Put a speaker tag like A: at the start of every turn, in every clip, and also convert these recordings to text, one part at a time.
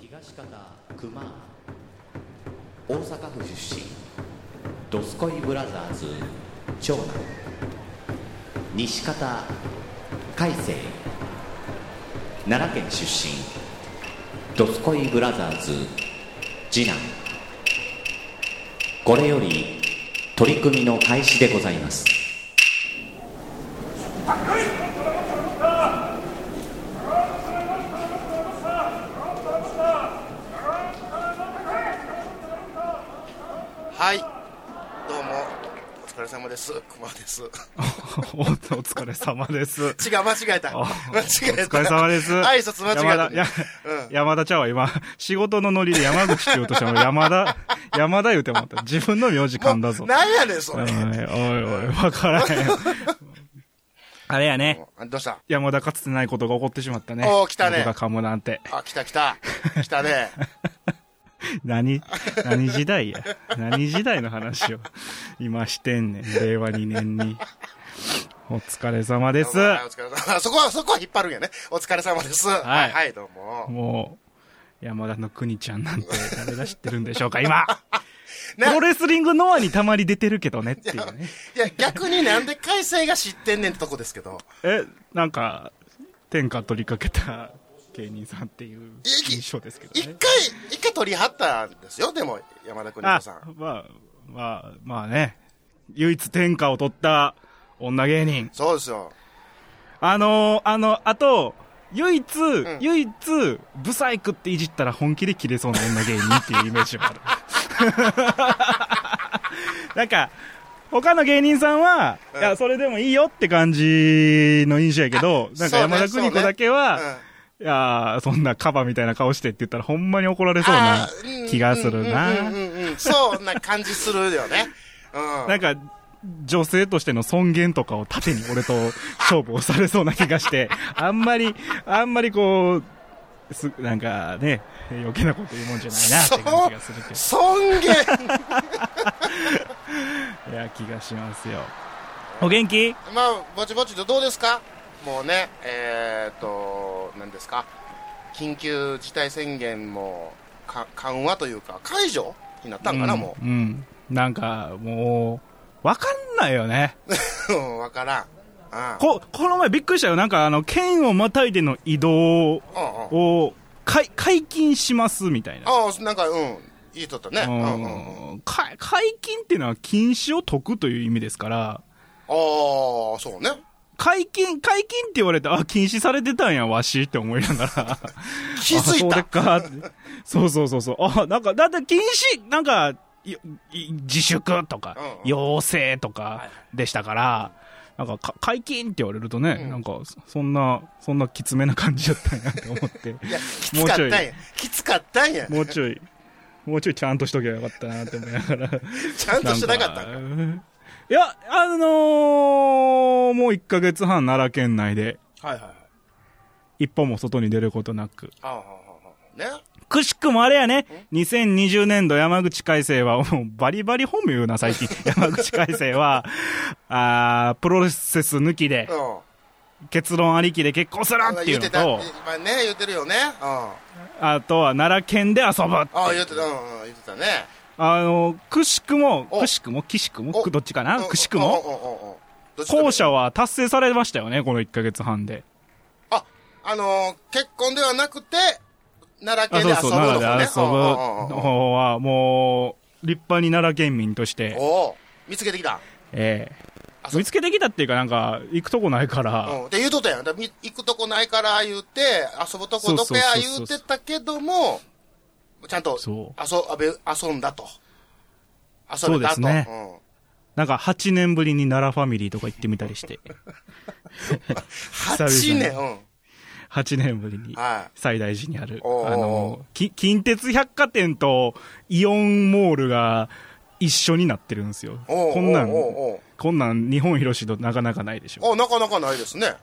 A: 東方熊大阪府出身ドスコイブラザーズ長男西方海星奈良県出身ドスコイブラザーズ次男これより取り組みの開始でございます
B: はい、どうも、お疲れ様です。熊です。違う、
C: おお疲れ様です。
B: 間違えた。
C: あ
B: 間違え
C: お
B: た。
C: 疲れ様です。
B: 挨拶間違えたね。
C: 山田、や山田ちゃんは今、仕事のノリで山口って言おうとしたの、山田、山田言うて思った。自分の名字噛んだぞ。
B: なんやねん、そ
C: おい
B: れ。
C: おいおい、わから へん。あれやね。
B: あどうした
C: 山田かつてないことが起こってしまったね。
B: おー来たね
C: 僕が噛むなんて。
B: あ、来た来た。来たね。
C: 何、何時代や。何時代の話を今してんねん。令和2年に。お疲れ様 です。
B: はいお疲れ様。そこは、そこは引っ張るんやね。お疲れ様です。
C: はい
B: はい、どうも。
C: もう、山田の国ちゃんなんて誰が知ってるんでしょうか、 今。プ
B: な
C: ロレスリングノアにたまに出てるけどねっていうね。
B: いや、逆になんで海星が知ってんねんってとこですけど。
C: え、なんか、天下取りかけた芸人さんっていう印象ですけど
B: 一回
C: ね。、
B: 一回取り張ったんですよ、でも、山田邦
C: あ
B: 子さん。、
C: まあ、まあ、まあね。唯一天下を取った女芸人。
B: そうですよ。
C: あのーあの、あと、唯一、
B: ん
C: 唯一、ブサイクっていじったら本気で切れそうな女芸人っていうイメージが ある。なんか、他の芸人さんは、
B: うん
C: いや、それでもいいよって感じの印象やけど、なん
B: そ
C: か
B: うね
C: 山田邦子だけは、
B: そうね
C: いやー、そんなカバみたいな顔してって言ったらほんまに怒られそうな
B: あーうん
C: 気がするな
B: うん。うんうんうんそんな感じするよね。うん。
C: なんか、女性としての尊厳とかを盾に俺と勝負をされそうな気 がして、あんまり、あんまりこう、す、なんかね、余計なこと言うもんじゃないなって感じがするけ
B: 尊 厳
C: ど、いや、気がしますよ。お元気
B: まあぼちぼちとどうですかもうねえー、っと何ですか緊急事態宣言もか緩和というか解除になったんかな、も
C: うん。うん。なんか、もう、わかんないよね。
B: ううんわからんあ
C: こ、この前びっくりしたよ。なんかあの、県をまたいでの移動
B: あうんうん
C: を、解、解禁しますみたいな。
B: ああなんかうん言いとったねうんうんうん
C: うんか解禁っていうのは禁止を解くという意味ですから、
B: ああそうね
C: 解禁、解禁って言われて、あ、禁止されてたんや、わしって思いながら。
B: 気づい
C: あそ
B: た
C: れかって。そうそうそうそう。あ、なんか、だって禁止、なんか、いい自粛とか、
B: うん
C: 要請とかでしたから、なんかか解禁って言われるとね、なんか、そそんな、そんなきつめな感じだったんやって思って。
B: いやきつかったんやきつかったんや
C: もうちょい、もうちょいちゃんとしとけばよかったなって思いながら。
B: ちゃんとしてなかったんか
C: んかいや、あのーもう1ヶ月半奈良県内で、
B: はいはいはい
C: 一歩も外に出ることなく。
B: ああああああね
C: くしくもあれやね、2020年度山口海星は、もうバリバリ本名言う な、最近。山口海星は、あープロセス抜きで、
B: うん
C: 結論ありきで結婚するってい
B: 言っ
C: うの
B: てた
C: と
B: 今、ね言ってるよねうんあ
C: あとは奈良県で遊ぶ。
B: あ言ってたうんうん言ってたね
C: あの、くしくも、
B: お
C: くしくも、きしくも、
B: お
C: くどっちかな
B: うん
C: くしくも。
B: うんうんうんうんどっちでも
C: 後者は達成されましたよね、この1ヶ月半で。
B: あ、あのー結婚ではなくて、奈良
C: あ、
B: 県
C: そ
B: で遊ぶ
C: うそう、
B: のも
C: 奈良
B: ね。
C: で遊
B: うん
C: ぶ
B: うんうんうん
C: 方は、もう、立派に奈良県民として、
B: おお見つけてきた。
C: え
B: あ
C: え、
B: そう
C: 見つけてきたっていうか、なんか、行くとこないから、
B: うん。で、言うとったやん。だみ行くとこないから言うて、遊ぶとこどこや
C: そうそうそう
B: 言
C: そう
B: うてたけども、ちゃんと
C: そう
B: 遊べ、遊んだと。遊
C: そう
B: べ
C: で
B: た
C: す
B: と。
C: ね
B: うん
C: なんか8年ぶりに奈良ファミリーとか行ってみたりして、々に
B: 8年、うん。
C: 8年ぶりに
B: は
C: 最大寺にある、
B: おー
C: あの、き近鉄百貨店とイオンモールが一緒になってるんですよ。
B: おー
C: こんなん
B: おーおーおー、
C: こんなん日本広しとなかなかないでしょ。
B: おなかなかないですね。。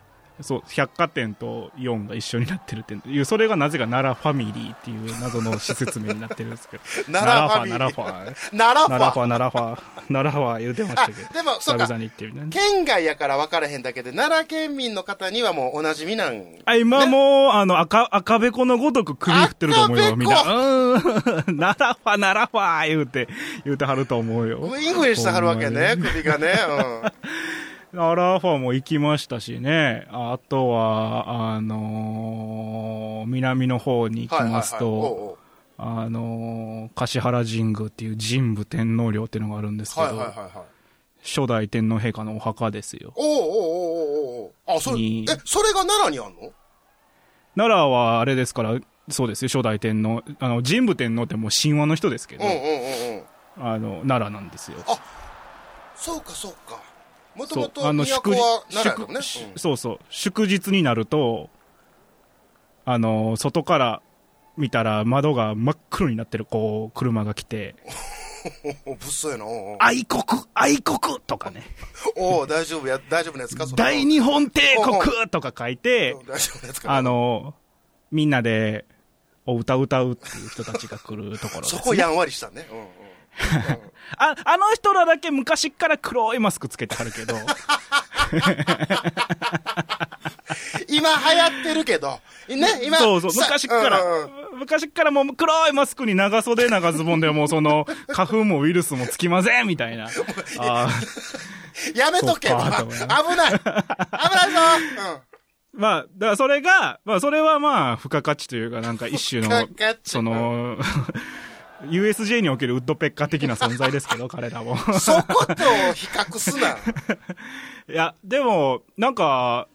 C: そう、百貨店とイオンが一緒になってるっていう、それがなぜか奈良ファミリーっていう謎の施設名になってるんですけど
B: 奈良ファミリー
C: 奈良ファ、
B: 奈良ファ
C: 奈良ファ。奈良ファ、奈良ファ、言うてましたけど。
B: あでもそうか
C: 久々に行ってみたいな。
B: 県外やから分からへんだけで、奈良県民の方にはもうお馴染みなん。
C: あ今もう、あの、赤、赤べこのごとく首振ってると思う
B: 赤べ
C: よ、
B: こ
C: みんな。うーん。 ならファならファ言うて、言うてはると思うよ。
B: グイングインしてはるわけね、首がね。
C: ほんまに。ならファも行きましたしね。ああとは、あのー南の方に
B: う
C: 行
B: ん。
C: きますと、
B: おうおう
C: あのー橿原神宮っていう神武天皇陵っていうのがあるんですけど、
B: はいはいはいはい。
C: 初代天皇陛下のお墓ですよ。
B: おうおうおうおうおうおうあ、それ、え
C: に、
B: それが奈良にあんの
C: 奈良はあれですから、そうですよ、初代天皇。あの、神武天皇ってもう神話の人ですけど、
B: うんうんうんうん。
C: あの、奈良なんですよ。
B: そうかそうか。もと
C: そ
B: も
C: う、
B: と都は奈良やもんね。
C: 祝
B: うん
C: そうそう、祝日になると、あの、外から見たら窓が真っ黒になってる、こう、車が来て、
B: お、物騒やな。おうおう
C: 愛国愛国とかね、
B: おう大丈夫や、大丈夫なやつかそれは
C: 大日本帝国とか書いて
B: うん、大丈夫なやつか
C: あの、みんなで、お歌を歌うっていう人たちが来るところで
B: そ
C: す、ね。
B: こやんわりしたね。うんうん。
C: あ、あの人らだけ昔から黒いマスクつけてはるけど、
B: 今流行ってるけど、ね、 今。
C: そうそう、
B: さ
C: 昔っから
B: うんうん、
C: 昔っからもう黒いマスクに長袖、長ズボンでもう その、花粉もウイルスもつきませんみたいな。あー
B: やめとけ。
C: そ
B: 危
C: う
B: ない。
C: か
B: 危ないぞ。
C: まあ、だからそれが、まあそれはまあ、付加価値というか、なんか一種の
B: 付加価、値
C: その、USJ におけるウッドペッカー的な存在ですけど、彼らも。
B: うん。そこと比較す な。
C: いや、でも、なんか、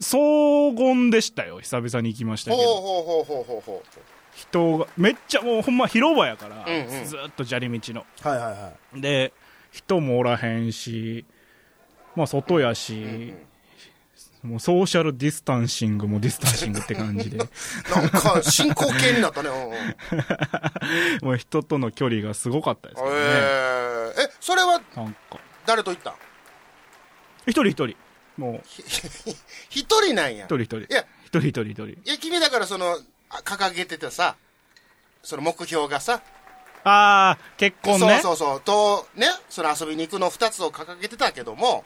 C: 荘厳でしたよ、久々に行きました
B: ほう
C: けど。
B: ほうほうほうほうほ
C: 人が、めっちゃもうほんま広場やから、
B: うんうん
C: ずーっと砂利道の。
B: う。はいはいはい。
C: で、人もおらへんし、まあ外やし、もうソーシャルディスタンシングもディスタンシングって 感じで、
B: なんか、進行形になったね。うんうんへ
C: もう人との距離がすごかったですけどね。
B: ええ、それは
C: なんか、
B: 誰と行ったん
C: 一人一人、もう、
B: 一人なんや。
C: 一人一人、
B: いや、
C: 一人一人一人。
B: いや、君だからその、あ掲げてたさ、その目標がさ、
C: あー、結婚ね。
B: そうそうそう、と、ね、その遊びに行くの二つを掲げてたけども、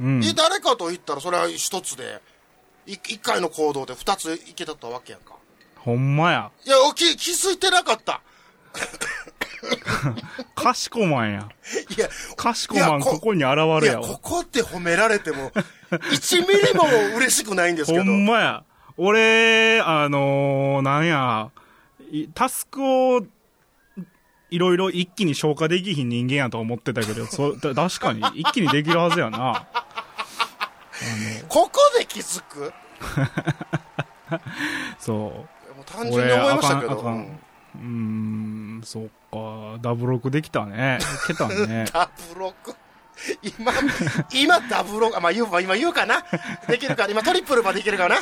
C: うん
B: え誰かと言ったらそれは一つで、い一回の行動で二ついけたったわけやんか。
C: ほんまや。
B: いや、おき気づいてなかった。
C: かしこまんや。
B: いや、
C: かしこま
B: いや
C: ん
B: こ
C: ここに現
B: い
C: れ
B: や、
C: やわ。
B: ここって褒められても、1ミリも嬉しくないんですけ
C: ほ
B: ど。
C: んまや。俺、あのー、なんや、いタスクを、いろいろ一気に消化できひん人間やと思ってたけ ど、そた確かに、一気にできるはずやな。
B: ここで気づくいやもう
C: そ
B: 単
C: う。
B: 純に思いましたけど。
C: あかん、あかん。うーん、そっか、ダブロクできたね。いけた
B: うん。
C: ね
B: ダブロク。今、今ダブロク、あまあ言う、まあ今言うかな。できるか、今トリプルまでいけるかな。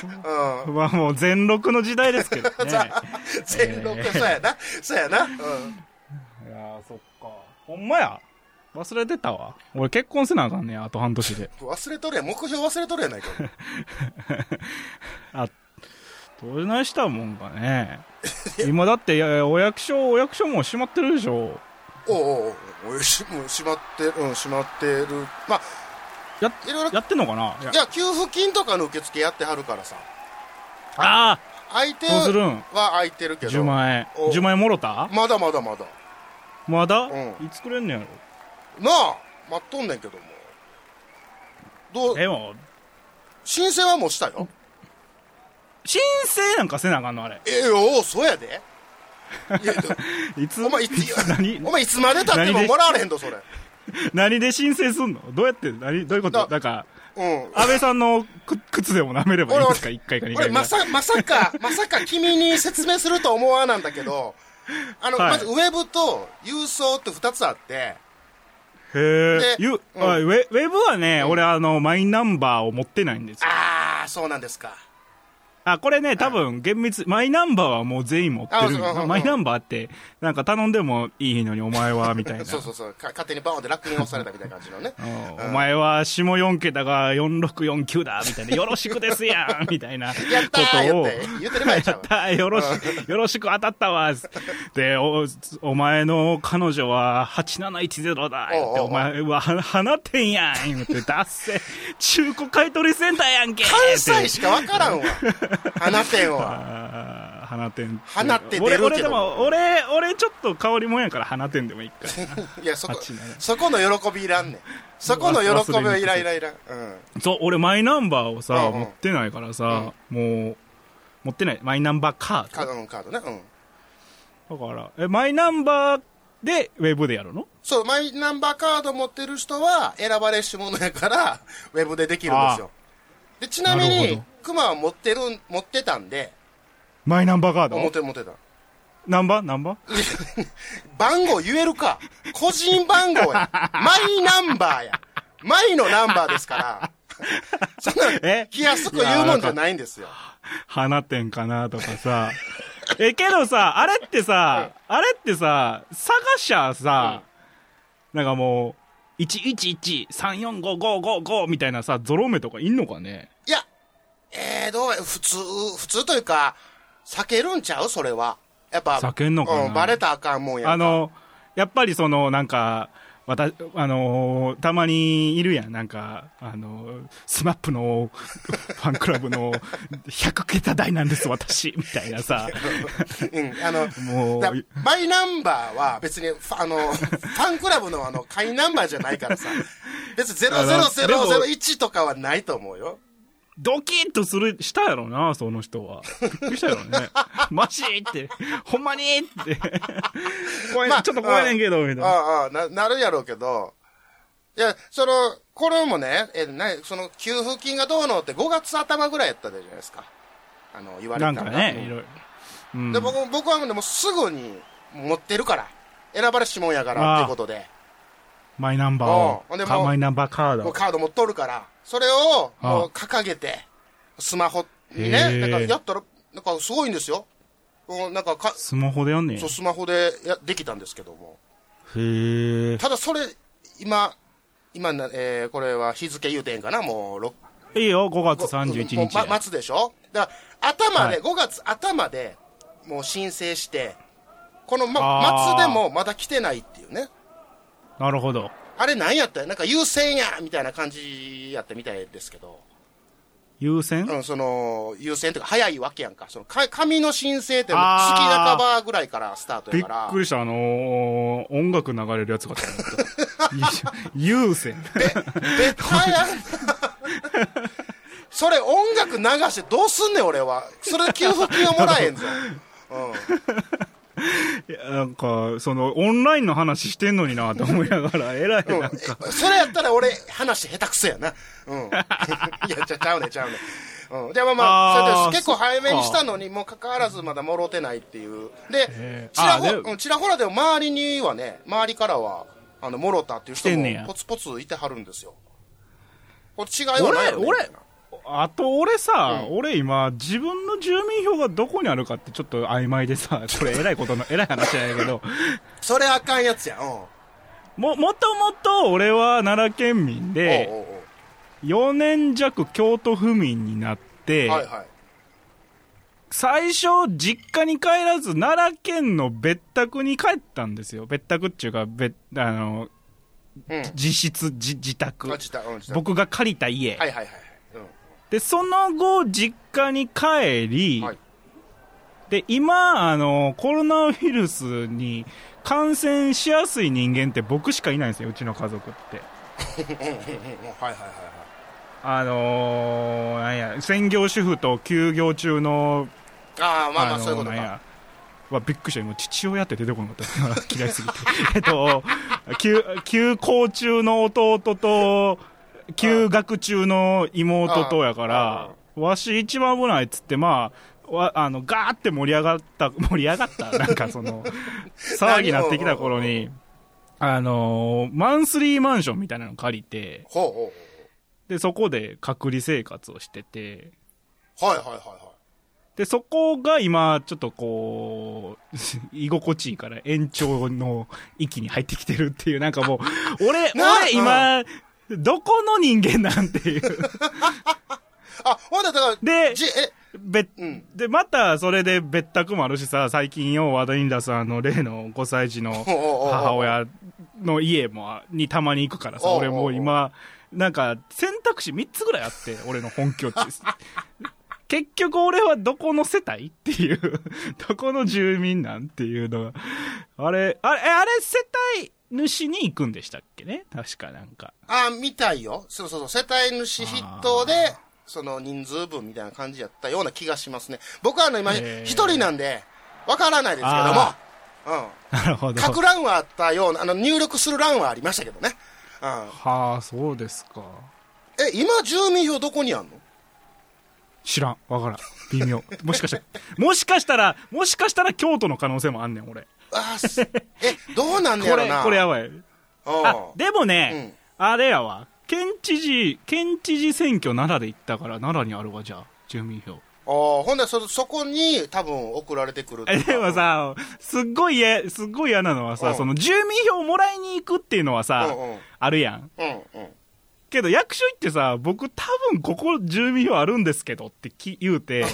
B: うん。
C: まあもう全録の時代で すけどね。いや
B: 全六、そうやな。そうやな。うん。
C: ーそっか。ほんまや。忘れてたわ。俺結婚せなあかんねや、あと半年で。
B: 忘れとるやん。目標忘れとるや ないか。
C: あ、どれないしたもんかね。今だって、いやお役所、お役所も閉まってるでしょ。
B: おうおうおうおいし、もう閉まって、うん、閉まってる。まあ、
C: や、
B: いろいろ、
C: やってんのかない
B: や、給付金とかの受付やってはるからさ。
C: あ
B: 相手
C: あどうするん
B: は空いてるけど。
C: 10万円。
B: お
C: 10万円もろた
B: まだまだまだ。
C: まだ、
B: う
C: いつくれんねやろ。
B: なあ、待っとんねんけども。どう、
C: でも、
B: 申請はもうしたよ。
C: 申請なんかせなあかんのあれ。
B: ええよ、そうやで。いや
C: いつ、
B: お前いつ
C: 何
B: お前いつまで経ってももらわれへんと、それ。
C: 何で申請すんのどうやって、何、どういうこと
B: だ
C: だから、
B: うん。
C: 安倍さんのく靴でも舐めればいいんですか ?1 回か2
B: 俺、
C: 回ぐら
B: ま
C: い。
B: さ、まさか、まさか君に説明すると思わなんだけど、あの、
C: はい
B: まずウェブと郵送って二つあって、
C: へえ
B: で。
C: ゆ
B: うん
C: あウェウェブはね、俺あの、マイナンバーを持ってないんですよ。
B: あー、そうなんですか。
C: あ、これね、多分、厳密、マイナンバーはもう全員持ってるん
B: あそううんう
C: よ。
B: ん
C: マイナンバーって、なんか頼んでもいいのに、お前は、みたい な。
B: そうそうそう、か勝手にバーンって楽に押されたみたいな感じのね。
C: うんお前は下4桁が4649だ、みたいな。よろしくですやん、みたいなこ
B: やったー
C: と
B: 言
C: を。
B: って、言ってる場合ちゃ うわ。
C: あよろし、よろしく当たったわ。で、お、お前の彼女は8710だ。言って
B: おうおうおう
C: お前は、は放ってんやん。言って、達成。中古買取センターやんけ。
B: 関西
C: って
B: しかわからん わ。花店は。
C: あー放てん。
B: 放って出るけ
C: 俺、
B: ど
C: 俺でも、俺、俺ちょっと香りもんやから放てんでもいいからな。
B: いや、そこ
C: 八七、
B: そこの喜びいらんねん。そこの喜びはいらんいらんいらん。うん。
C: そう、俺マイナンバーをさ、
B: うんうん
C: 持ってないからさ、もう、持ってない。マイナンバーカー
B: カードのカードね。うん。
C: ド。だから、え、マイナンバーで、ウェブでやるの
B: そう、マイナンバーカード持ってる人は選ばれし者やから、ウェブでできるんですよ。で、ちなみ
C: なるほ
B: に
C: ど、
B: クマは持ってるん、持ってたんで、
C: マイナンバーカー
B: 持っ
C: ド
B: てる持ってた。
C: ナンバーナンバー
B: 番号言えるか。個人番号や。マイナンバーや。マイのナンバーですから。そんな
C: え
B: ん、気安く言うもんじゃないんですよ。
C: 花店かなとかさ。え、けどさ、あれってさ、あれってさ、探しゃさ、なんかもう、111-345-555みたいなさ、ゾロ目とかいんのかね
B: いや、えー、どうや普通、普通というか、避けるんちゃうそれは。やっぱ、
C: 避けんのかな
B: うん、バレたらあかんもんやんか
C: あ、の、やっぱりその、なんか、わた、あのーたまにいるやん。なんか、あのー、スマップの ファンクラブの100桁台なんです、私、みたいなさ。
B: うん、あの、
C: もう
B: だマイナンバーは別にファ、あ の、ファンクラブのあの、会員ナンバーじゃないからさ、別に
C: あのでも
B: 00001とかはないと思うよ。
C: ドキッとする、したやろな、その人は。びっくりしたやろね。 マジって、ほんまに って。怖い、
B: まあ
C: ちょっと怖いねんけど、みたいな。
B: ああ、な、なるやろうけど、いや、その、これもね、え、な、その、給付金がどうのって5月頭ぐらいやったじゃないですか。あの、言われ
C: な
B: た
C: ん
B: の
C: か
B: が
C: ね、いろいろ。うん
B: で、僕僕はでもうすぐに持ってるから、選ばれし者やか
C: あ
B: ら
C: あ
B: っていうことで、
C: マイナンバ
B: うんほん
C: ー
B: で
C: をか
B: もう
C: マイナンバーカード
B: もう
C: を。
B: カード持っとるから、それを
C: ああ
B: もう掲げて、スマホに
C: へ
B: ね、
C: え
B: なんかやったら、なんかすごいんですよ。うんなんかか、
C: スマホでやんねん。
B: そうスマホでやできたんですけども、
C: へえ。
B: ただそれ、今、今な、えーこれは日付言うてんかな、もうろ
C: いいよ、5月
B: 31
C: 31日。
B: ま、末でしょだから、頭で、
C: はい
B: 5月頭で、もう申請して、この、
C: あ
B: ま、
C: あ
B: 末でもまだ来てないっていうね。
C: なるほど。
B: あれなんやったんやなんか優先やみたいな感じやったみたいですけど。
C: 優先
B: うん、その、優先というか早いわけやんか。その、か紙の申請ってもう
C: あー
B: 月半ばぐらいからスタート
C: び
B: や
C: っ
B: から。
C: くりした、あのー、音楽流れるやつかと 思った。優先。
B: べたやん それ音楽流してどうすんねん俺は。それで給付金はもらえんぞ。
C: いやなんか、その、オンラインの話してんのになと思いながら、えらい、なんか。
B: それやったら俺、話下手くそやな。 うん。いや、ちゃちゃうねんちゃうねん。うん。じゃあまあまあ、
C: あー
B: それで結構早めにしたのに、もかかわらずまだもろてないっていう。で
C: へ、ー
B: ちら
C: あ
B: ほ
C: ー
B: ら、
C: で
B: うんちらほらでも周りにはね、周りからは、あの、もろたっていう人
C: 来てんねや
B: もポツポツいてはるんですよ。これ違いはないよ、
C: 俺、
B: ね、みた
C: 俺
B: いな、
C: あと俺さ、俺今、自分の住民票がどこにあるかってちょっと曖昧 でさ、これえらいことの、えらい話じゃないけど、
B: それあかんやつやん。うん。
C: も、もともと俺は奈良県民
B: おう
C: で、
B: おう
C: 4年弱京都府民になって、
B: おうはいはい。
C: 最初、実家に帰らず、奈良県の別宅に帰ったんですよ。別宅っていうか、別、あの、
B: うん。
C: 自室、自、自宅
B: あ。自宅うん、自宅
C: 僕が借りた家。
B: はいはいはい。
C: で、その後、実家に帰
B: う
C: り、
B: ん。はい。
C: で、今、あの、コロナウイルスに感染しやすい人間って僕しかいないんですよ、うちの家族って。
B: もうはいはいはいはい。
C: あのー、なんや、専業主婦と休業中の、
B: ああ、まあまあ、
C: の
B: そういうこと
C: なん
B: か。
C: やわびっくりした。今、父親って出てこなかった。 嫌いすぎて。えっと、休、休校中の弟と、休学中の妹とやか
B: あ
C: ら、わし一番危ないっつって、まあ、わあの、ガーって盛り上がった、 盛り上がった、なんかその、騒ぎになってきた頃に、あのーマンスリーマンションみたいなの借りて、
B: ほうほうほう。
C: で、そこで隔離生活をしてて、
B: はいはいはいはい。
C: で、そこが今、ちょっとこう、 居心地いいから延長の域に入ってきてるっていう、なんかも う、俺、
B: な
C: 俺今、どこの人間なんていう。
B: あ、ほんだから、
C: で
B: じ、え、
C: べ、
B: うん
C: で、また、それで別宅もあるしさ、最近よ、ワードインダーさんの例の5歳児 の
B: おうおうおう
C: 母親の家も、にたまに行くからさ、
B: おうおう
C: 俺もう今、なんか、選択肢3つぐらいあって、俺の本拠地 結局俺はどこの世帯っていう、どこの住民なんていうのが、あれ、あれ、えあれ世帯主に行くんでしたっけね確かなんか。
B: あ、みたいよ。そうそうそう。世帯主筆頭で、その人数分みたいな感じやったような気がしますね。僕はあの、今、
C: へー
B: 一人なんで、わからないですけども
C: あ、
B: うん。
C: なるほど。
B: 書く欄はあったような、あの、入力する欄はありましたけどね。うん。
C: はあ、そうですか。
B: え、今、住民票どこにあんの
C: 知らん。わからん。微妙。もしかしたら、もしかしたら、もしかしたら京都の可能性もあんねん、俺。
B: あー すえ、どうなん
C: こ
B: ねやろ
C: れ
B: な。、
C: これやばい。
B: うん。
C: あ、でもね、あれやわ。県知事、県知事選挙奈良で行ったから、奈良にあるわ、じゃあ。住民票。
B: あーほんでそ、そこに多分送られてくるとか
C: え、でも、さ、すっごい嫌、すっごい嫌なのは
B: う
C: さ、
B: ん
C: その住民票をもらいに行くっていうのはさ
B: うんうん、
C: あるやん。
B: うんうん。
C: けど役所行ってさ、僕多分ここ住民票あるんですけどってき言 うて、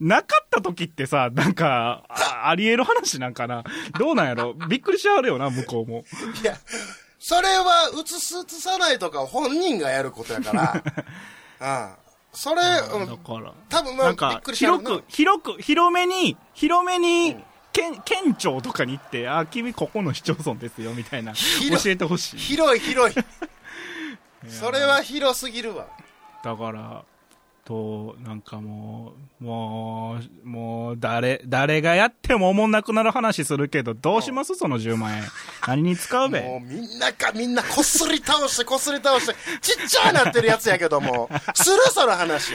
C: なかった時ってさ、なんか、あありえる話なんかな。どうなんやろびっくりしちゃうよな、向こうも。
B: いや、それは映す映さないとか本人がやることや から、うん。それ、う
C: だ
B: ん、
C: から。
B: 多分まあ
C: なん
B: びっ
C: か
B: く、りしちゃう
C: 広
B: な
C: く、広く、広めに、広めに、県、県庁とかに行って、あ、君ここの市町村ですよ、みたいな。
B: 広
C: 教えてほしい。
B: 広い広い。それは広すぎるわ。
C: だから、と、なんかもう、もう、もう、誰、誰がやってもおもんなくなる話するけど、どうしますその10万円。何に使う
B: もう
C: べ
B: みんながみんなこっそり倒してこっそり倒して、ちっちゃいなってるやつやけども、するその話。い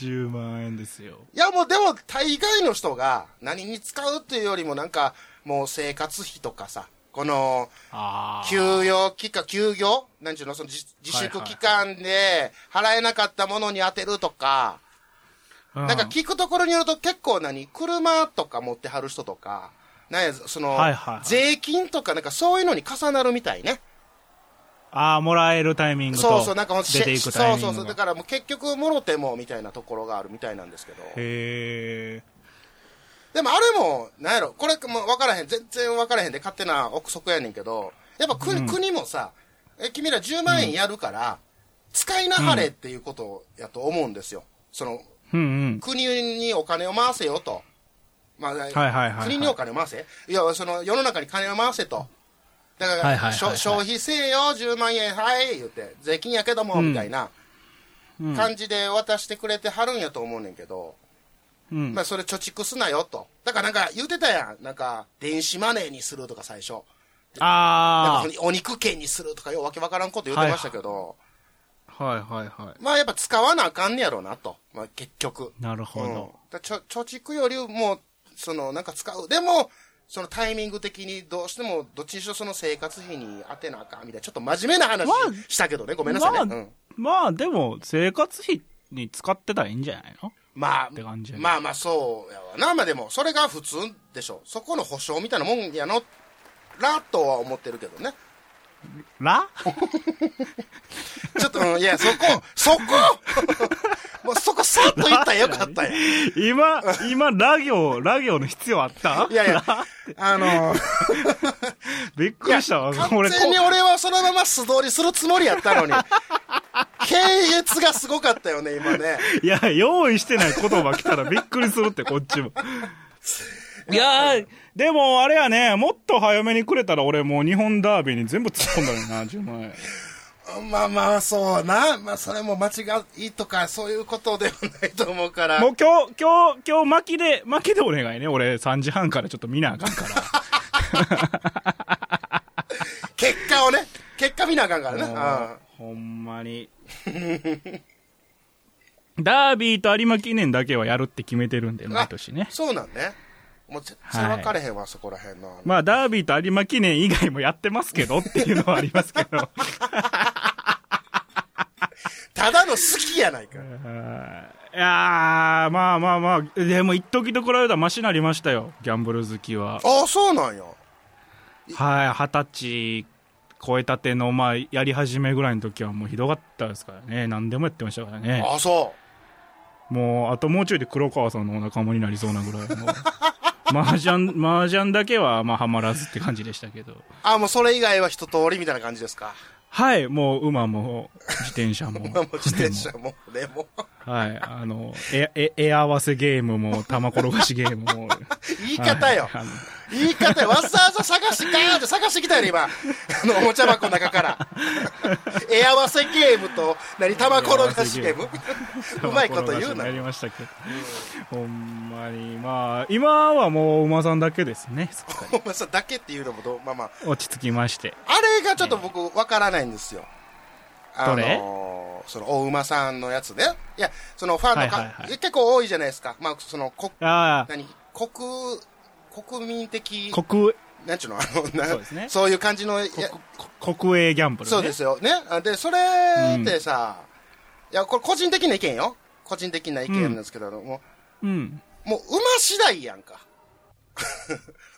C: ?10 万円ですよ。
B: やもうでも大概の人が何に使うっていうよりもなんか、もう生活費とかさ、この、
C: ああ。
B: 休養期間、休業なんちゅうのその自自粛期間で払えなかったものに当てるとか、
C: うん
B: なんか聞くところによると結構何車とか持ってはる人とか、なんや、その、
C: はいはいはい
B: 税金とかなんかそういうのに重なるみたいね。
C: ああ、もらえるタイミングと。
B: そうそう、なんかほんと
C: 出てい
B: そ
C: く
B: う
C: タイミング
B: そ
C: が。
B: うそう、だからもう結局もろてもみたいなところがあるみたいなんですけど。
C: へえ。
B: でもあれも、なんやろ、これも分からへん、全然分からへんで、勝手な憶測やねんけど、やっぱ国,、国もさ、え、君ら10万円やるから、使いなはれっていうことやと思うんですよ。その、
C: うんうん。
B: 国にお金を回せよと。まあ、
C: はいはいはい
B: 国にお金を回せいや、その、世の中に金を回せと。だから、
C: はいはいはいはい
B: しょ消費せえよ、10万円、はい、言って、税金やけども、
C: うん
B: みたいな
C: うん
B: 感じで渡してくれてはるんやと思うねんけど、
C: うん
B: まあ、それ貯蓄すなよと。だからなんか言うてたやん。なんか、電子マネーにするとか最初。な
C: あ
B: んかお肉券にするとかようわけわからんこと言ってましたけど、
C: あ。はいはいは
B: まあやっぱ使わなあかんねやろなと。まあ結局。
C: い。なるほ
B: うん
C: ど。
B: だちょ貯蓄よりも、そのなんか使う。でも、そのタイミング的にどうしても、どっちにしろその生活費に当てなあかんみたいな、ちょっと真面目な話
C: まあ
B: したけどね。ごめんなさいね。
C: まあ
B: うん
C: まあでも、生活費に使ってたらいいんじゃないの
B: まあ
C: て感じ、やね
B: まあまあそうやわな。まあでも、それが普通でしょ。そこの保証みたいなもんやの、らとは思ってるけどね。
C: ら
B: ちょっと、うんいや、そこ、 そこもうそこさっと言ったらよかったよ。い
C: 今、今、ラ行、ラ行の必要あった
B: やいや
C: ら、
B: あのー、
C: びっくりしたわ。
B: 完
C: 俺、
B: 全に
C: こ
B: 俺はそのまま素通りするつもりやったのに。軽越がすごかったよね、今ね。
C: いや、用意してない言葉来たらびっくりするって、こっちも。いやー、でもあれやね、もっと早めにくれたら俺もう日本ダービーに全部突っ込んだのにな、10万 円。
B: まあまあ、そうな。まあ、それも間違いとか、そういうことではないと思うから。
C: もう今日、今日、今日巻きで、巻きでお願いね。俺3時半からちょっと見なあかんから。
B: 結果をね、結果見なあかんからな。うん
C: ほんまに。 ダービーと有馬記念だけはやるって決めてるんで、
B: あ
C: 毎年ね。
B: そうなんね。もう絶対分かれへんわ、そこらへんの。あの
C: まあ、ダービーと有馬記念以外もやってますけどっていうのはあります けど。
B: ただの好きやないか。
C: あーやー、まあまあまあ、でも一時と比べたらマシになりましたよ、ギャンブル好きは。
B: ああ、そうなんや。
C: はい、二十歳超えたての、まあ、やり始めぐらいの時はもうひどかったですからね、何でもやってましたからね。
B: ああ、そ
C: もう、あともうちょいで黒川さんのお仲間になりそうなぐらいもう。 麻雀、麻雀だけは、まあ、はまらずって感じでしたけど。
B: う。ああ、もうそれ以外は一通りみたいな感じですか。
C: はい、もう、馬も、自転車も。
B: もう自転車も、でも。
C: はい、あの、え、え、絵合わせゲームも、玉転がしゲームも。
B: 言い方よ。
C: はいあの
B: 言い方よ。わざわざ探して、ガーンって探してきたよね、今。あの、おもちゃ箱の中から。絵合わせゲームと、何、玉転がしゲームうまいこと言うな
C: や。りましたけど。ほんまに、まあ、今はもう馬さんだけですね。
B: お前さ、だけっていうのもどう、まあまあ。
C: 落ち着きまして。
B: あれがちょっと僕、わからないんですよ。あ
C: どれ
B: のーその、お馬さんのやつね。いや、その、ファンのか、
C: はいはいはい
B: 結構多いじゃないですか。まあ、その、こ、
C: あ
B: 何国、国民的、
C: あ、国、
B: なんちゅうのあ の、な
C: そうですね
B: そういう感じの、いや
C: 国国営ギャンブル、ね。
B: そうですよ。ね。あで、それってさ、いや、これ個人的な意見よ。個人的な意見なんですけど、も
C: うん。
B: う、もう馬次第やんか。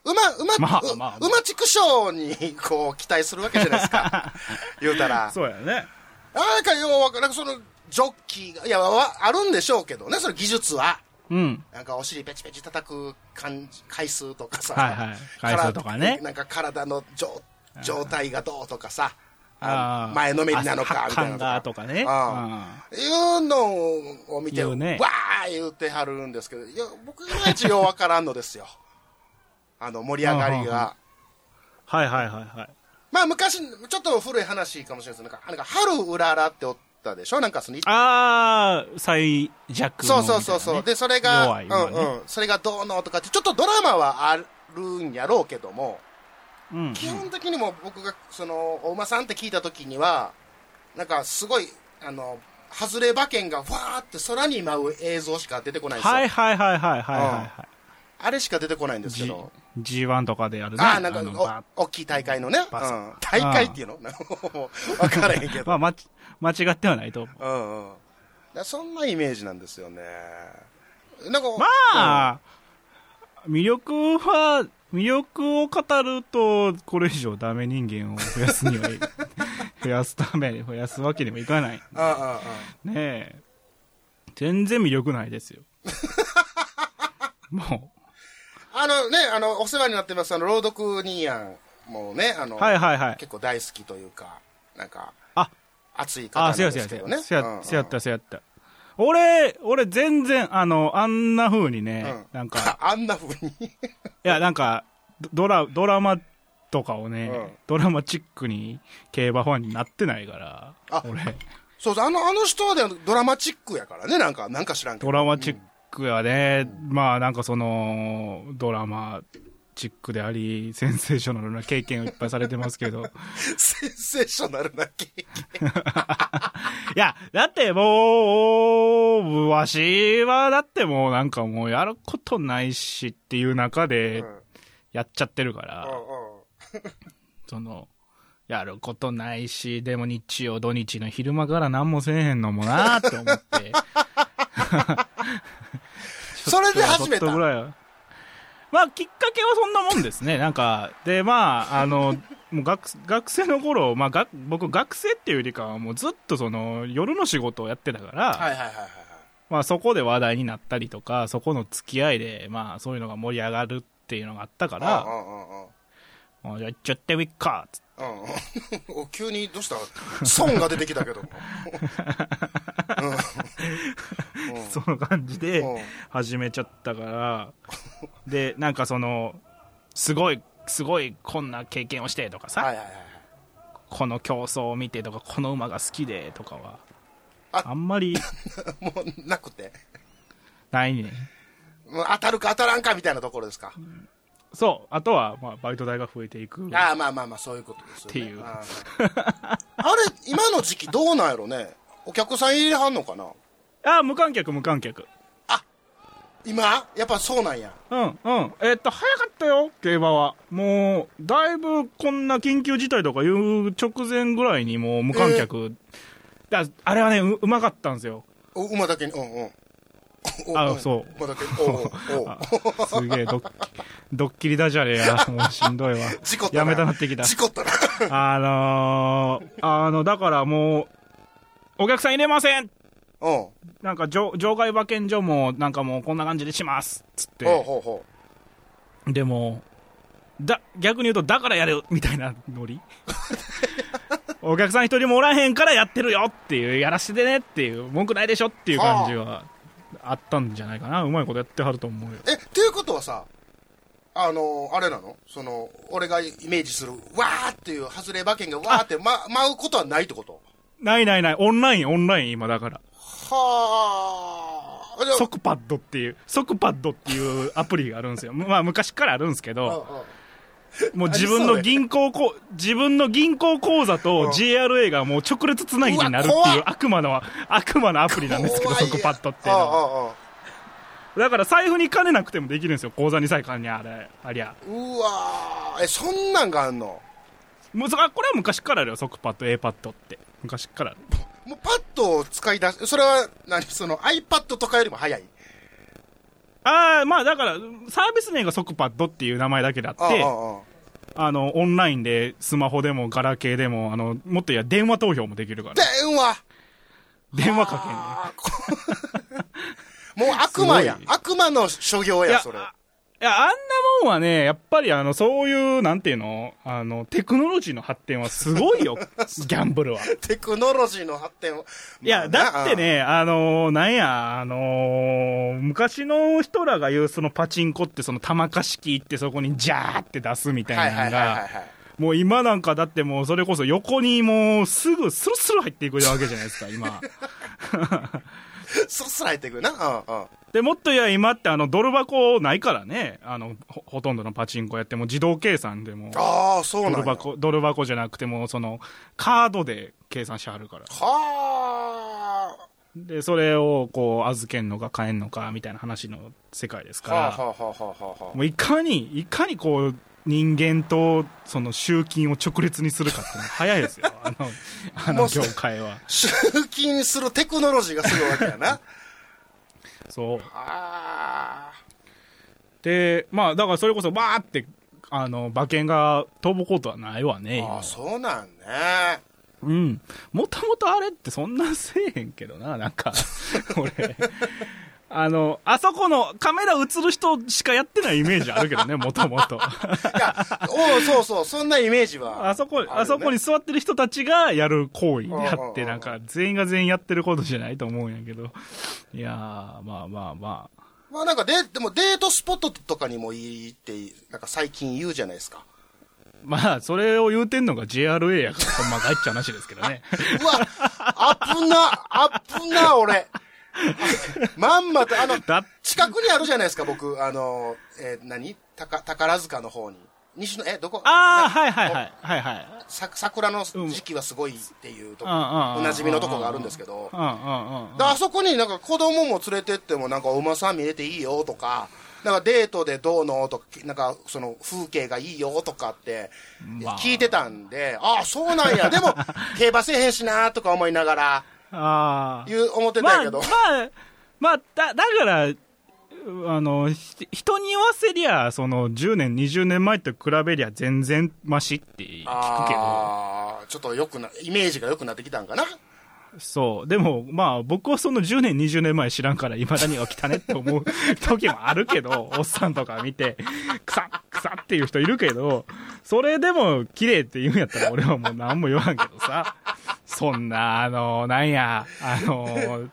B: 馬、馬、
C: まあ
B: う
C: まあまあ
B: 馬畜生に、こう、期待するわけじゃないです か。言うたら。
C: そうやね。
B: なんかようわかんなんかその、ジョッキーが、いや、わあるんでしょうけどね、その技術は。
C: うん。
B: なんかお尻ペチペチ叩く感じ、回数とかさ。
C: はいはい回数とかね
B: なんか体の状状態がどうとかさ。
C: あ
B: あ
C: あ
B: の前のめりなのか、みたい
C: カン
B: な
C: ダとかね。
B: あいうのを見て、
C: 言うね
B: わー言ってはるんですけど、いや、僕いまいちようわからんのですよ。 あの、盛り上がり
C: うんうんうん
B: が。
C: はいはいはいはい。
B: まあ、昔、ちょっと古い話かもしれないですけど、なんか、なんか春うららっておったでしょなんかその、
C: ああ、最弱
B: そう
C: のみたいな
B: そ
C: ね
B: うそうそう。で、それが、
C: 弱い馬ね
B: うんうん。それがどうのとかって、ちょっとドラマはあるんやろうけども、
C: うんうん
B: 基本的にも僕が、その、お馬さんって聞いた時には、なんかすごい、あの、外れ馬券がわーって空に舞う映像しか出てこないんですよ。
C: はいはいはいはいはいはいはい。
B: あれしか出てこないんですけ
C: G
B: ど。
C: G1 とかでやるね。
B: ああ、なんか
C: のバーッ
B: お、大きい大会のね。う
C: バス
B: ん。大会っていうのも うわからへんけど。
C: まあ、まち間違ってはないと思う。
B: うんうん。だからそんなイメージなんですよね。なんか、
C: まあ、魅力は、魅力を語ると、これ以上ダメ人間を増やすには、 増やすために、増やすわけにもいかない。
B: うん、うんうんうん。
C: ねえ。全然魅力な いですよ。も
B: あのね、あの、お世話になってます、あの、朗読兄やんもね、あの、
C: う。はいはいはい。
B: 結構大好きというか、なんか、
C: あ、
B: 熱い方
C: あ
B: な
C: あ、
B: ん
C: せや
B: で
C: せや
B: す
C: せ
B: け
C: や
B: ど。ね。
C: せや
B: うんうん
C: せやったせやった。俺、俺全然、あの、あんな風に
B: う
C: ね
B: ん、
C: なん か、、
B: あんな風に。
C: いや、なんか、ドドラ、ドラマとかをね、
B: うん
C: ドラマチックに競馬ファンになってないから、
B: あ
C: 俺、
B: そうそう、あの、あの人はねドラマチックやからね、なんか、なんか知らんけど。
C: ドラマチックはね、まあなんかその、ドラマチックであり、センセーショナルな経験をいっぱいされてますけど、
B: センセーショナルな 経験。
C: いや、だってもう、わしはだってもうなんかもうやることないしっていう中で
B: うん、
C: やっちゃってるか
B: う
C: ら、
B: んうん。
C: その、やることないし、でも日曜、土日の昼間から何もせえへんのもなーって思 って。
B: それで始め
C: ちょっと
B: た。
C: ぐらいはまあ、きっかけはそんなもんですね。なんか、で、まあ、あの、もう学 学生の頃、まあ、が僕、学生っていうよりかは、もうずっとその、夜の仕事をやってたから、
B: はいはいはいはい。
C: まあ、そこで話題になったりとか、そこの付き合いで、まあ、そういうのが盛り上がるっていうのがあったか
B: あ
C: ら、あじゃあ、行っちゃってみっか、つって
B: うんうん うん。お急に、どうした損が出てきたけ ども。
C: その感じ
B: うん
C: で始めちゃったから、で、なんかその、すごい、すごいこんな経験をしてとかさ、
B: はいはいはい。
C: この競争を見てとか、この馬が好きでとかは、
B: あ
C: あんまり
B: もう、なくて。
C: ないね。
B: もう当たるか当たらんかみたいなところですか。
C: そう、あとは、まあ、バイト代が増えていく。
B: ああ、まあまあまあ、そういうことですよ、ね。
C: っていう
B: あーあれ、今の時期どうなんやろね。お客さん入れはんのかな
C: あ、無観客、無観客。
B: 今やっぱそうなんや。
C: うん、うん。えっと、早かったよ、競馬は。もう、だいぶこんな緊急事態とかいう直前ぐらいにもう無観客。だあれはねう、うまかったんですよ。
B: お馬だけに、うんうん。お。
C: あそう
B: まだけおうおう
C: あすげえ、ドッキドッキリダジャレや。もうしんどいわ。
B: 事故った
C: やめたなってきた。
B: 事故ったな。
C: あのー、あの、だからもう、お客さん入れません
B: うん。
C: なんか場、場外馬券所も、なんかもうこんな感じでしますつって。
B: ほうほうほ
C: でも、だ、逆に言うと、だからやるみたいな ノリお客さん一人もおらへんからやってるよっていう、やらせてねっていう、文句ないでしょっていう感じはあったんじゃないかな。うまいことやってはると思うよ。
B: う。え、っていうことはさ、あの、あれなのその、俺がイメージする、わーっていう、外れ馬券がわーって、ま、舞うことはないってこと
C: ないないない、オンライン、オンライン、今だから。
B: はあ。でも
C: 即パッドっていう、即パッドっていうアプリがあるんですよ。まあ昔からあるんですけど、
B: うんうん
C: もう自分の銀行こ、自分の銀行口座と JRA がもう直列つなぎになるって
B: うわ
C: い
B: 怖
C: う
B: っ
C: 悪魔の、悪魔のアプリなんですけど、
B: 怖い
C: 即パッドっていうのは。だから財布に金なくてもできるんですよ口座にさえ金にあれありゃ
B: うんうんうんうわーえそんなんがあんの
C: むずあこれは昔からあるよ即パッド A パッドって昔からある
B: もうパッドを使い出すそれは何その iPad とかよりも早い
C: ああまあだからサービス名が即パッドっていう名前だけであって
B: あ
C: あ
B: あああ
C: のオンラインでスマホでもガラケーでもあのもっと言えば電話投票もできるから
B: 電話
C: 電話か
B: あこ もう悪魔や
C: すごい
B: 悪魔の所業
C: けんねい
B: や
C: や
B: それ
C: あいやあんなもんはねやっぱりあのそういうなんていうのあのテクノロジーの発展はす ごいよギャンブルは
B: テクノロジーの発展を
C: いや、
B: まあ
C: だ
B: な
C: ってね、あのーなんや、あのー昔の人らが言う、そのパチンコって、その玉貸し器ってそこにジャーって出すみた
B: う
C: い
B: んはいは
C: ないの
B: はいはい
C: が、もう今なんかだってもうそれこそ横にもうすぐスルスル入っていくわけじゃないです か、今。
B: そっすら入ってくるなうんうん
C: で、もっと言えば今ってあの、ドル箱ないからね、あの、ほほとんどのパチンコやっても自動計算でも、
B: ああそう
C: ド
B: な
C: ル
B: んだ
C: 箱、ドル箱じゃなくても、その、カードで計算してはるから。
B: はあ
C: で、それをこう、預けんのか買えんのか、みたいな話の世界ですから。
B: はあはあはあはあはあはあ
C: もういかに、いかにこう、人間と、その、集金を直列にするかっていうのは早いです よ。あの、あ
B: も
C: の
B: うそ
C: 業界は。
B: 集金するテクノロジーがすごいわけや な
C: そう。
B: あ
C: で、まあ、だからそれこそ、わーって、あの、馬券が飛ぶことはないわね。
B: ーあーそうなんね
C: うん。もともとあれってそんなせえへんけどな、な んか、俺。あの、あそこのカメラ映る人しかやってないイメージあるけどね、もともと。
B: いやおうそうそうそんなイメージは
C: あそこ、
B: るよね
C: あそこに座ってる人たちがやる行為であ
B: うんうん
C: っ
B: うんう
C: て、
B: ん
C: なんか、全員が全員やってることじゃないと思うんやけど。いやー、まあまあまあ。
B: まあなんかデ、でもデートスポットとかにもいいって、なんか最近言うじゃないですか。
C: まあ、それを言うてんのが JRA やから、ほんまかいっちゃう話ですけど ね。
B: うわ、あっぶな、あっぶな、俺。まんまと、あの、
C: だ
B: 近くにあるじゃないですか、僕。あの、えー何たか宝塚の方に。西の、え、どこ
C: ああ、
B: な
C: はいはいはい。はいはい。
B: さ桜の時期はすごいっていうとこ、
C: うんうんうんうん
B: おなじみのとこがあるんですけど
C: う。んうんうんうん。
B: であそこになんか子供も連れてってもなんかお馬さん見れていいよとか、なんかデートでどうのとか、なんかその風景がいいよとかって
C: まあ
B: 聞いてたんで、ああ、そうなん や。でも、競馬せえへんしなとか思いながら、
C: ああ。
B: いう、思って
C: ま
B: たんや
C: あ、
B: け
C: ま
B: ど。
C: あ、まあ、だ、だから、うあの、ひ人に言わせりゃ、その、10年、20年前と比べりゃ全然マシって聞くけど。
B: ああ、ちょっとよくな、イメージが良くなってきたんかな。
C: そう。でも、まあ、僕はその10年、20年前知らんから、未だには来たねって 思う時もあるけど、おっさんとか見て、草っ、草っていう人いるけど、それでも綺麗って言うんやったら俺はもう何も言わんけどさ、そんな、あの、なんや、あの、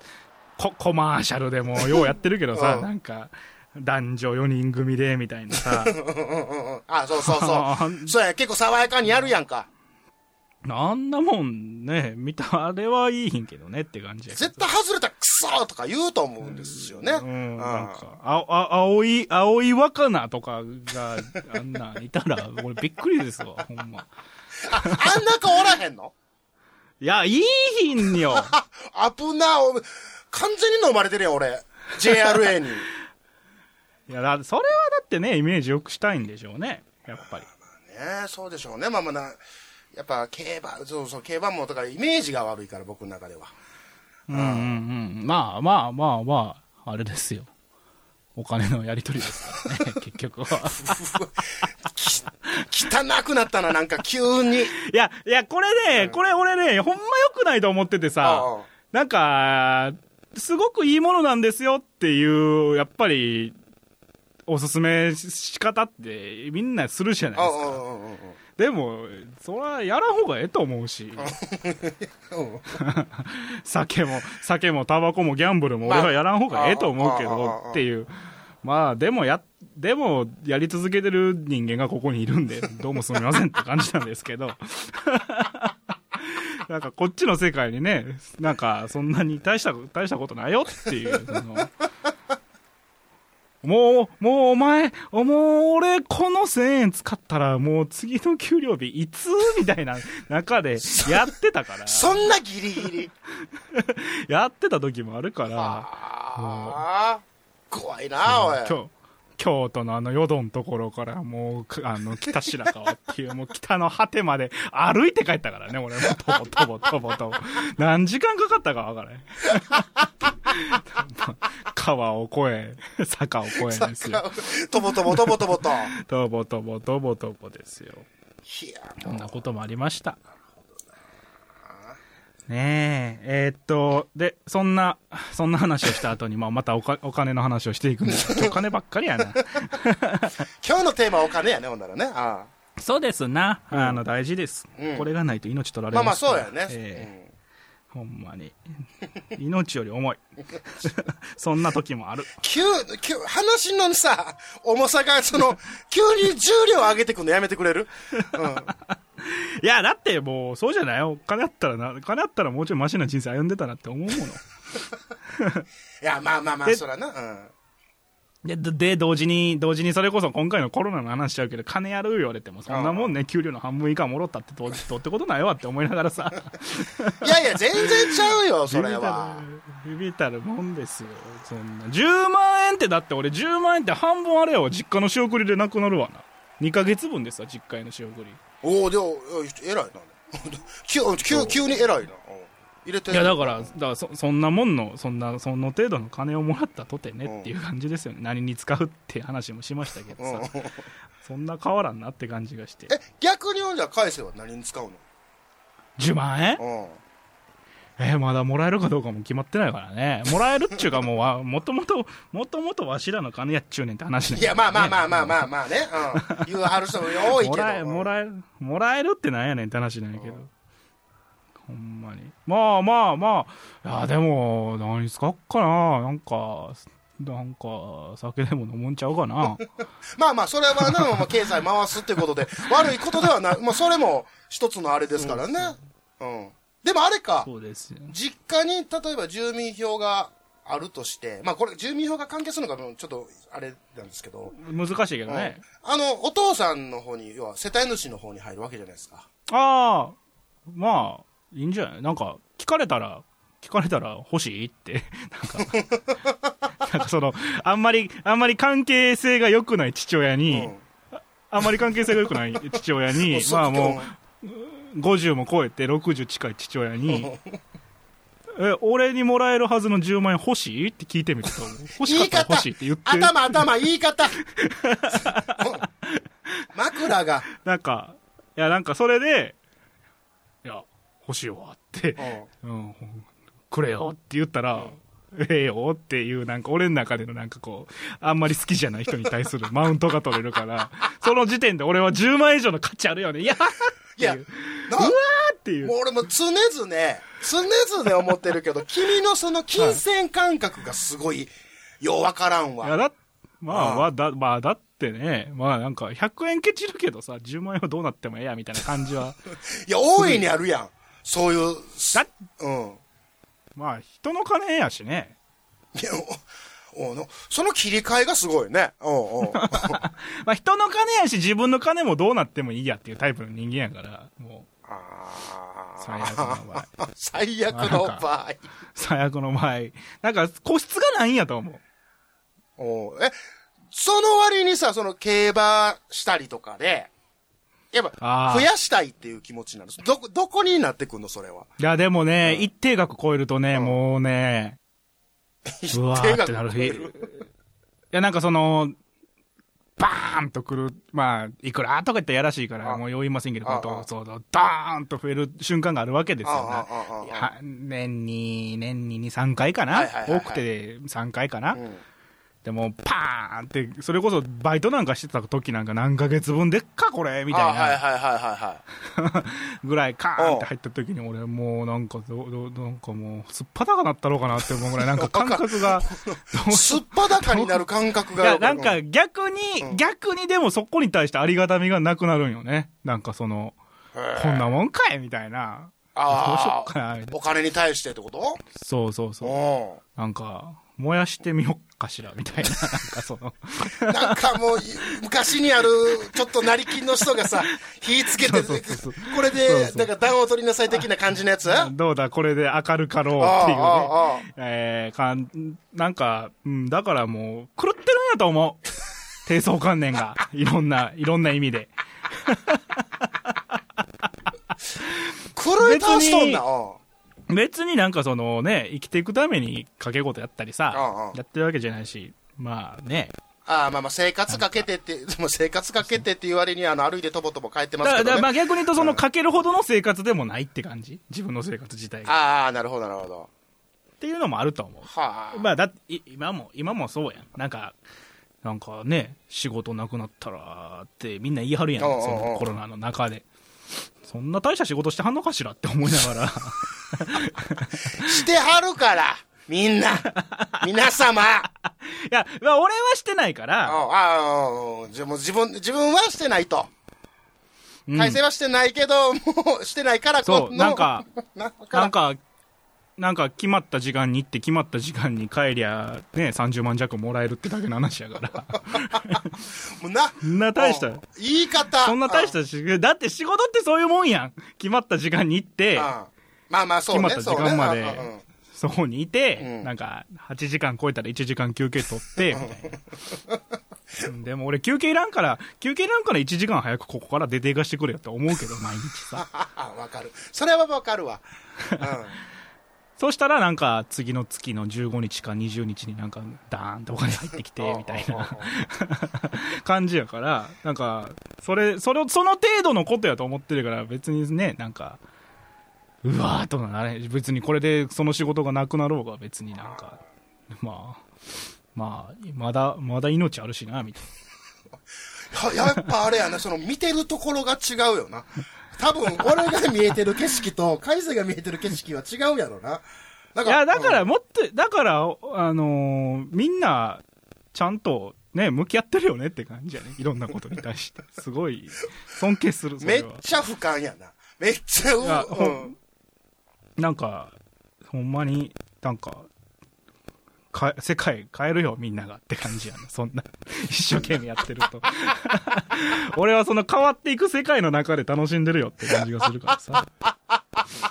C: ココマーシャルでもようやってるけどさ、
B: うん
C: なんか、男女4人組で、みたい なさ、
B: うんああ、そうそう そう。そうや、結構爽やかにやるやんか。
C: あんなもんね、見た、あれはいいひんけどねって感じやけど
B: 絶対外れたらクソとか言うと思うんですよね。
C: うん、
B: うん
C: なんか、あ、あ、青い、青い若菜とかが、あんなんいたら、 俺びっくりですわ、ほんま。
B: あ、あんな子おらへんの
C: いや、いいひんよ。
B: あ、 危な、お完全に飲まれてるやん、俺。JRA に。
C: いや、だそれはだってね、イメージ良くしたいんでしょうね、やっぱり。
B: ねえ、そうでしょうね。まあまあな、やっぱ競馬、そうそう、競馬も、だからイメージが悪いから、僕の中では。
C: うんうんうん。まあまあまあまあ、あれですよ。お金のやり取りですからね、 結局は。
B: き汚くなったな、なんか急に。
C: いや、いや、これね、これ俺ね、ほんま良くないと思っててさ
B: うんうん、
C: なんか、すごくいいものなんですよっていう、やっぱり、おすすめし方ってみんなするじゃない
B: あ
C: で
B: あ
C: すか。
B: うんうんうん
C: でも、それはやらん方がええと思うし。 酒も、酒もタバコもギャンブルも
B: まあ
C: 俺はやらん方がええと思うけ
B: あああ
C: ど
B: あ
C: っていう。まあ、でもや、でも、やり続けてる人間がここにいるんで、どうもすみませんって感じなんですけど。 なんかこっちの世界にね、なんかそんなに大した、大したことないよっていう。そのもう、もうお前、おもう俺この1000円使ったらもう次の給料日いつみたいな中でやって たから、
B: そんなギリギリ。
C: やってた時もあるから、
B: ああ。怖いな、おい。
C: 京京都のあの淀のところからもうか、あの、北白川って いう、もう北の果てまで歩いて帰ったからね、俺も。とぼとぼとぼとぼ。何時間かかったかわ からへん。川を越え、坂を越えですよ。
B: とぼとぼとぼとぼと。
C: とぼとぼとぼとぼですよ。
B: いや、
C: そんなこともありました。ねえ、えーっと、で、そんな、そんな話をした後に、まあ、またおかお金の話をしていくんです けど、お金ばっかりやな。
B: 今日のテーマはお金やね、ほんならね。ああ
C: そうですな。あの、大事です、
B: うん
C: これがないと命取られ
B: まあま
C: ま
B: あ、
C: すから
B: そうやね。
C: ええほんまに。命より重い。 そんな時もある。
B: 急、急、話のさ、重さが、その、 急に重量上げてくのやめてくれる
C: いや、だってもう、そうじゃないお金あったらな、お金あったらもうちょいマシな人生歩んでたなって思うもの。
B: いや、まあまあまあ、
C: で
B: そらな。うん。
C: で、でで、同時に、同時にそれこそ今回のコロナの話しちゃうけど、金やる言われても、そんなもんね、給料の半分以下もろったってどう、どうってことないわって思いながらさ、
B: いやいや、全然ちゃう よ、 それは。
C: ビビたるもんですよ、そんな。10万円ってだって俺10万円って半分あれよ、実家の仕送りでなくなるわな。2ヶ月分ですわ、実家への仕送り。
B: おおでも、偉いな。 急、急、急に偉いな。うん入れて
C: いや、だから、だからそそんなもんの、そんな、その程度の金をもらったとてねっていう感じですよね。何に使うって話もしましたけどさ、そんな変わらんなって感じがして。
B: え、逆にじゃあ返せは何に使う
C: 10万円
B: の
C: えーまだもらえるかどうかも決まってないからね。もらえるっちゅうか、もうわ、 もともと、もともとわしらの金やっちゅうねんって話
B: う
C: ね
B: ん。いや、まあまあまあまあまあまあね。うん。言うはる人も多いけど。
C: もらえ、も
B: え。
C: らえる、もらえるってなんやねんって話なんやけど。ほんまに。まあまあまあ、いや、でも、何使おっかな。なんか、なんか、酒でも飲むんちゃうかな。
B: まあまあ、それはな、まあ経済回すってこと で、悪いことではない。まあ、それも一つのあれですからね。うん。でもあれか、
C: そうですよ。
B: 実家に例えば住民票があるとして、まあこれ住民票が関係するのかもちょっとあれなんですけど、
C: 難しいけどね。
B: あの、お父さんの方に、要は世帯主の方に入るわけじゃないですか。
C: ああ、まあ、いいんじゃないなんか、聞かれたら、聞かれたら欲しいって、 なんか、なんかその、あんまり、あんまり関係性が良くない父親に、
B: うん
C: あんまり関係性が良くない父
B: も
C: 親
B: う
C: に、
B: 即
C: まあもう、50も超えて60近い父親に、え、俺にもらえるはずの10万円欲しいって聞いてみると、欲しかったら欲しいって言って、
B: 頭、頭、言い方。 うん枕が。
C: なんか、いや、なんかそれで、いや、欲しいわって、うん、くれよって言ったら、ええよっていう、なんか俺の中でのなんかこう、あんまり好きじゃない人に対する マウントが取れるから、その時点で俺は10万円以上の価値あるよね。いやー
B: いや、な
C: っていう
B: も。う俺も常々、常々思ってるけど、君のその金銭感覚がすごい、ようわからん
C: いや
B: わ。
C: だ、まあ、
B: うん
C: わだ、まあだってね、まあなんか100円ケチるけどさ、10万円はどうなってもええや、みたいな感じは。
B: いや、大いにあるやん。そういう、
C: だ
B: うん。
C: まあ人の金やしね。
B: いや、おおの、その切り替えがすごいね。おうおう
C: まあ人の金やし自分の金もどうなってもいいやっていうタイプの人間やから、もう、
B: あー
C: 最悪の場合。
B: 最悪の
C: なん
B: 場合。
C: 最悪の場合。なんか個室がないんやと思う。
B: おうえ、その割にさ、その競馬したりとかで、やっぱ
C: あ、ー
B: 増やしたいっていう気持ちになる。どこ、どこになってくんの、それは。
C: いや、でもね、一定額超えるとね、もうね、うわーって なる日。いや、なんかその、バーンとくる、まあ、いくらとか言ったらやらしいから、
B: あ
C: もう酔いませんけど、
B: あ
C: こう
B: あ
C: そうそう、ダーンと増える瞬間があるわけですよ
B: ああああああ
C: ね。いや年に、年に2、3回か
B: は
C: な
B: は
C: い
B: いはいはい
C: 多くて3回かな、
B: うん
C: でも、パーンって、それこそバイトなんかしてた時なんか何ヶ月分でっか、これみたいな。
B: あはいはいはいはいはい。
C: ぐらいカーンって入った時に俺もうなんかどどなんかもうすっぱだかなったろうかなって思うぐらいなんか感覚が どうし
B: すっぱだかになる感覚
C: い
B: が。
C: やなん
B: う
C: か
B: ん
C: 逆に、逆にでもそこに対してありがたみがなくなるんよねなんかそのこんなもんかいみたいなどうしよ
B: あ
C: っか
B: あ、
C: なみたいな
B: お金に対してってこと
C: そうそうそう
B: う
C: なんか燃やしてみよっかしらみたいななんか その
B: ん。なんかもう、昔にある、ちょっと成金の人 がさ、火つけて、
C: そうそうそう
B: これ
C: そう
B: で
C: そ、う
B: なんか暖を取りなさい的な感じのやつ
C: どうだこれで明るかろうっていうね
B: ああああ
C: えーかんなんか、うん、だからもう、狂ってるんやと思 う。低層観念が。いろんな、いろんな意味で。
B: 狂い倒しとんな。
C: 別に
B: うん
C: 別になんかそのね、生きていくために掛け事やったりさ、
B: ああ
C: やってるわけじゃないし、まあね。
B: ああ、まあまあ、生活かけてって、でも生活かけてっていう割に、あの、歩いてとぼとぼ帰ってます
C: だか
B: け
C: ら、
B: ど
C: だからま
B: ね。
C: あ逆に言うとそのかけるほどの生活でもないって感じ。自分の生活自体が。っ
B: ああ、なるほど、なるほど。
C: ていうのもあると思う。
B: はあ。
C: まあだって、い今も、今もそうやん。なんか、なんかね、仕事なくなったらってみんな言い張るやん。そ
B: おうおうおう
C: のコロナの中で。そんな大した仕事してはんのかしらって思いな がら。
B: してはるから、みん な。皆様。
C: いや、まあ、俺はしてないか
B: あ
C: ら、
B: あ、うんじゃあもう自分、自分はしてないと。
C: うん
B: 改正はしてないけど、もうしてないからこの、
C: そうなんか
B: な
C: なん
B: か、
C: か、なんか決まった時間に行って、決まった時間に帰りゃ、ね、30万弱もらえるってだけの話 やから。
B: もうな、
C: そんな大した
B: うん言い方。
C: そんな大したし、だって仕事ってそういうもんやん。決まった時間に行って
B: うん、うんまあまあ、そうね。
C: 決まった時間まで
B: そうねうんうんうん、
C: そこにいて、
B: うん
C: なんか、8時間超えたら1時間休憩取って、みたいな。でも俺休憩いらんから、休憩いらんから1時間早くここから出ていかしてくれよって思う けど、毎日さ。
B: ああ、わかる。それはわかるわ。うん。
C: そうしたらなんか、次の月の15日か20日になんか、ダーンってお金入ってきて、みたいな感じやから、なんか、それ、それを、その程度のことやと思ってるから、別にね、なんか、うわーとはなれん別にこれでその仕事がなくなろうが、別になんか、まあ、まあ、まだ、まだ命あるしな、みたいな。
B: はやっぱあれやな、その見てるところが違うよな。多分、俺が見えてる景色と、海星が見えてる景色は違うやろな。だ
C: いや、だか
B: う
C: ら、
B: ん
C: もっと、だから、あのーみんな、ちゃんと、ね、向き合ってるよねって感じやね。いろんなことに対して。すごい、尊敬する、そ
B: め
C: れ
B: っ
C: は。
B: ちゃ俯瞰やな。めっちゃう、
C: いやほ
B: うんん。
C: なんか、ほんまに、なんか、か世界変えるよ、みんながって感じやな。そ んな、一生懸命やってる と。俺はその変わっていく世界の中で楽しんでるよって感じがするからさ。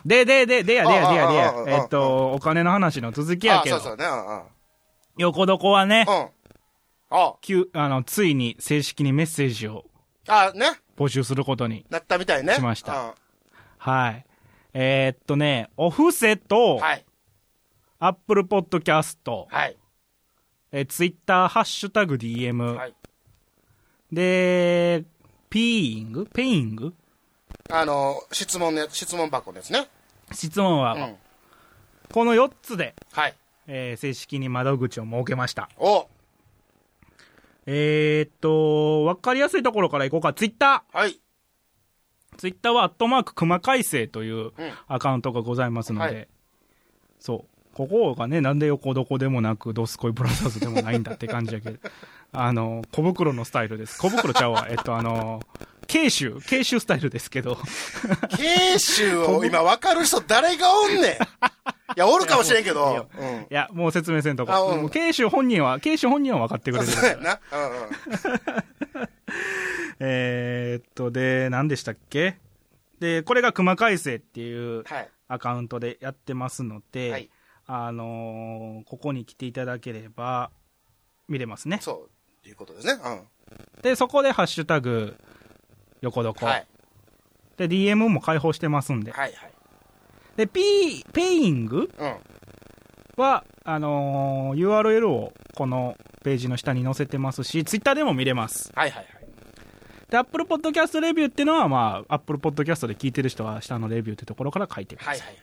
C: で、で、で、でや、でや、でや、で
B: あああああ
C: や。
B: あ
C: えっと、お金の話の続きや
B: あ
C: け
B: そうそ
C: ど、
B: うね。うんうん。うん。
C: 横床はね、
B: あ
C: 急、あの、ついに正式にメッセージを
B: あ、ね。
C: 募集することに。
B: なったみたいね。
C: しました
B: うん
C: はい。えーっとね、お布施と、
B: はい。
C: アップルポッドキャスト、
B: はい。
C: えツイッター、ハッシュタグ DM、
B: はい。
C: で、ピーイングペイング
B: あの、質問のやつ、質問箱のやつね。
C: 質問は、
B: うん。
C: この4つで、
B: はい。
C: えー正式に窓口を設けました。
B: お
C: えー、っと、わかりやすいところからいこうか。ツイッタ
B: はい。
C: ーツイッターは、アットマーク熊改正という
B: うん
C: アカウントがございますので、
B: はい
C: そう。ここがね、なんで横どこでもなく、ドスコイブラザーズでもないんだって感じだけど、 あの、小袋のスタイルです。小袋ちゃうわ。えっと、あの、 慶州、慶州スタイルですけど、
B: 慶州を今分かる人誰が おんねん。いや、おるかもしれんけ
C: いや
B: ど。う
C: い
B: ん。
C: や、もう説明せんとこ。
B: あうん
C: でも慶州本人は、慶州本人は分かってくれてる
B: そうやな。うんうん。
C: えーっと、で、何でしたっけで、これが熊改正っていう
B: はい。
C: アカウントでやってますので、
B: はい
C: あのーここに来ていただければ見れますね。
B: そう。いうことですね。う
C: で、そこでハッシュタグ、横どこ、
B: ん。はい。
C: で、DM も開放してますんで。
B: はいはい。
C: で、ピー、ペイング
B: うん。
C: は、あのー URL をこのページの下に載せてますし、ツイッターでも見れます。
B: はいはいはい。
C: で、Apple Podcast レビューっていうのは、まあ、Apple Podcast で聞いてる人は下のレビューってところから書いてます。
B: はいはい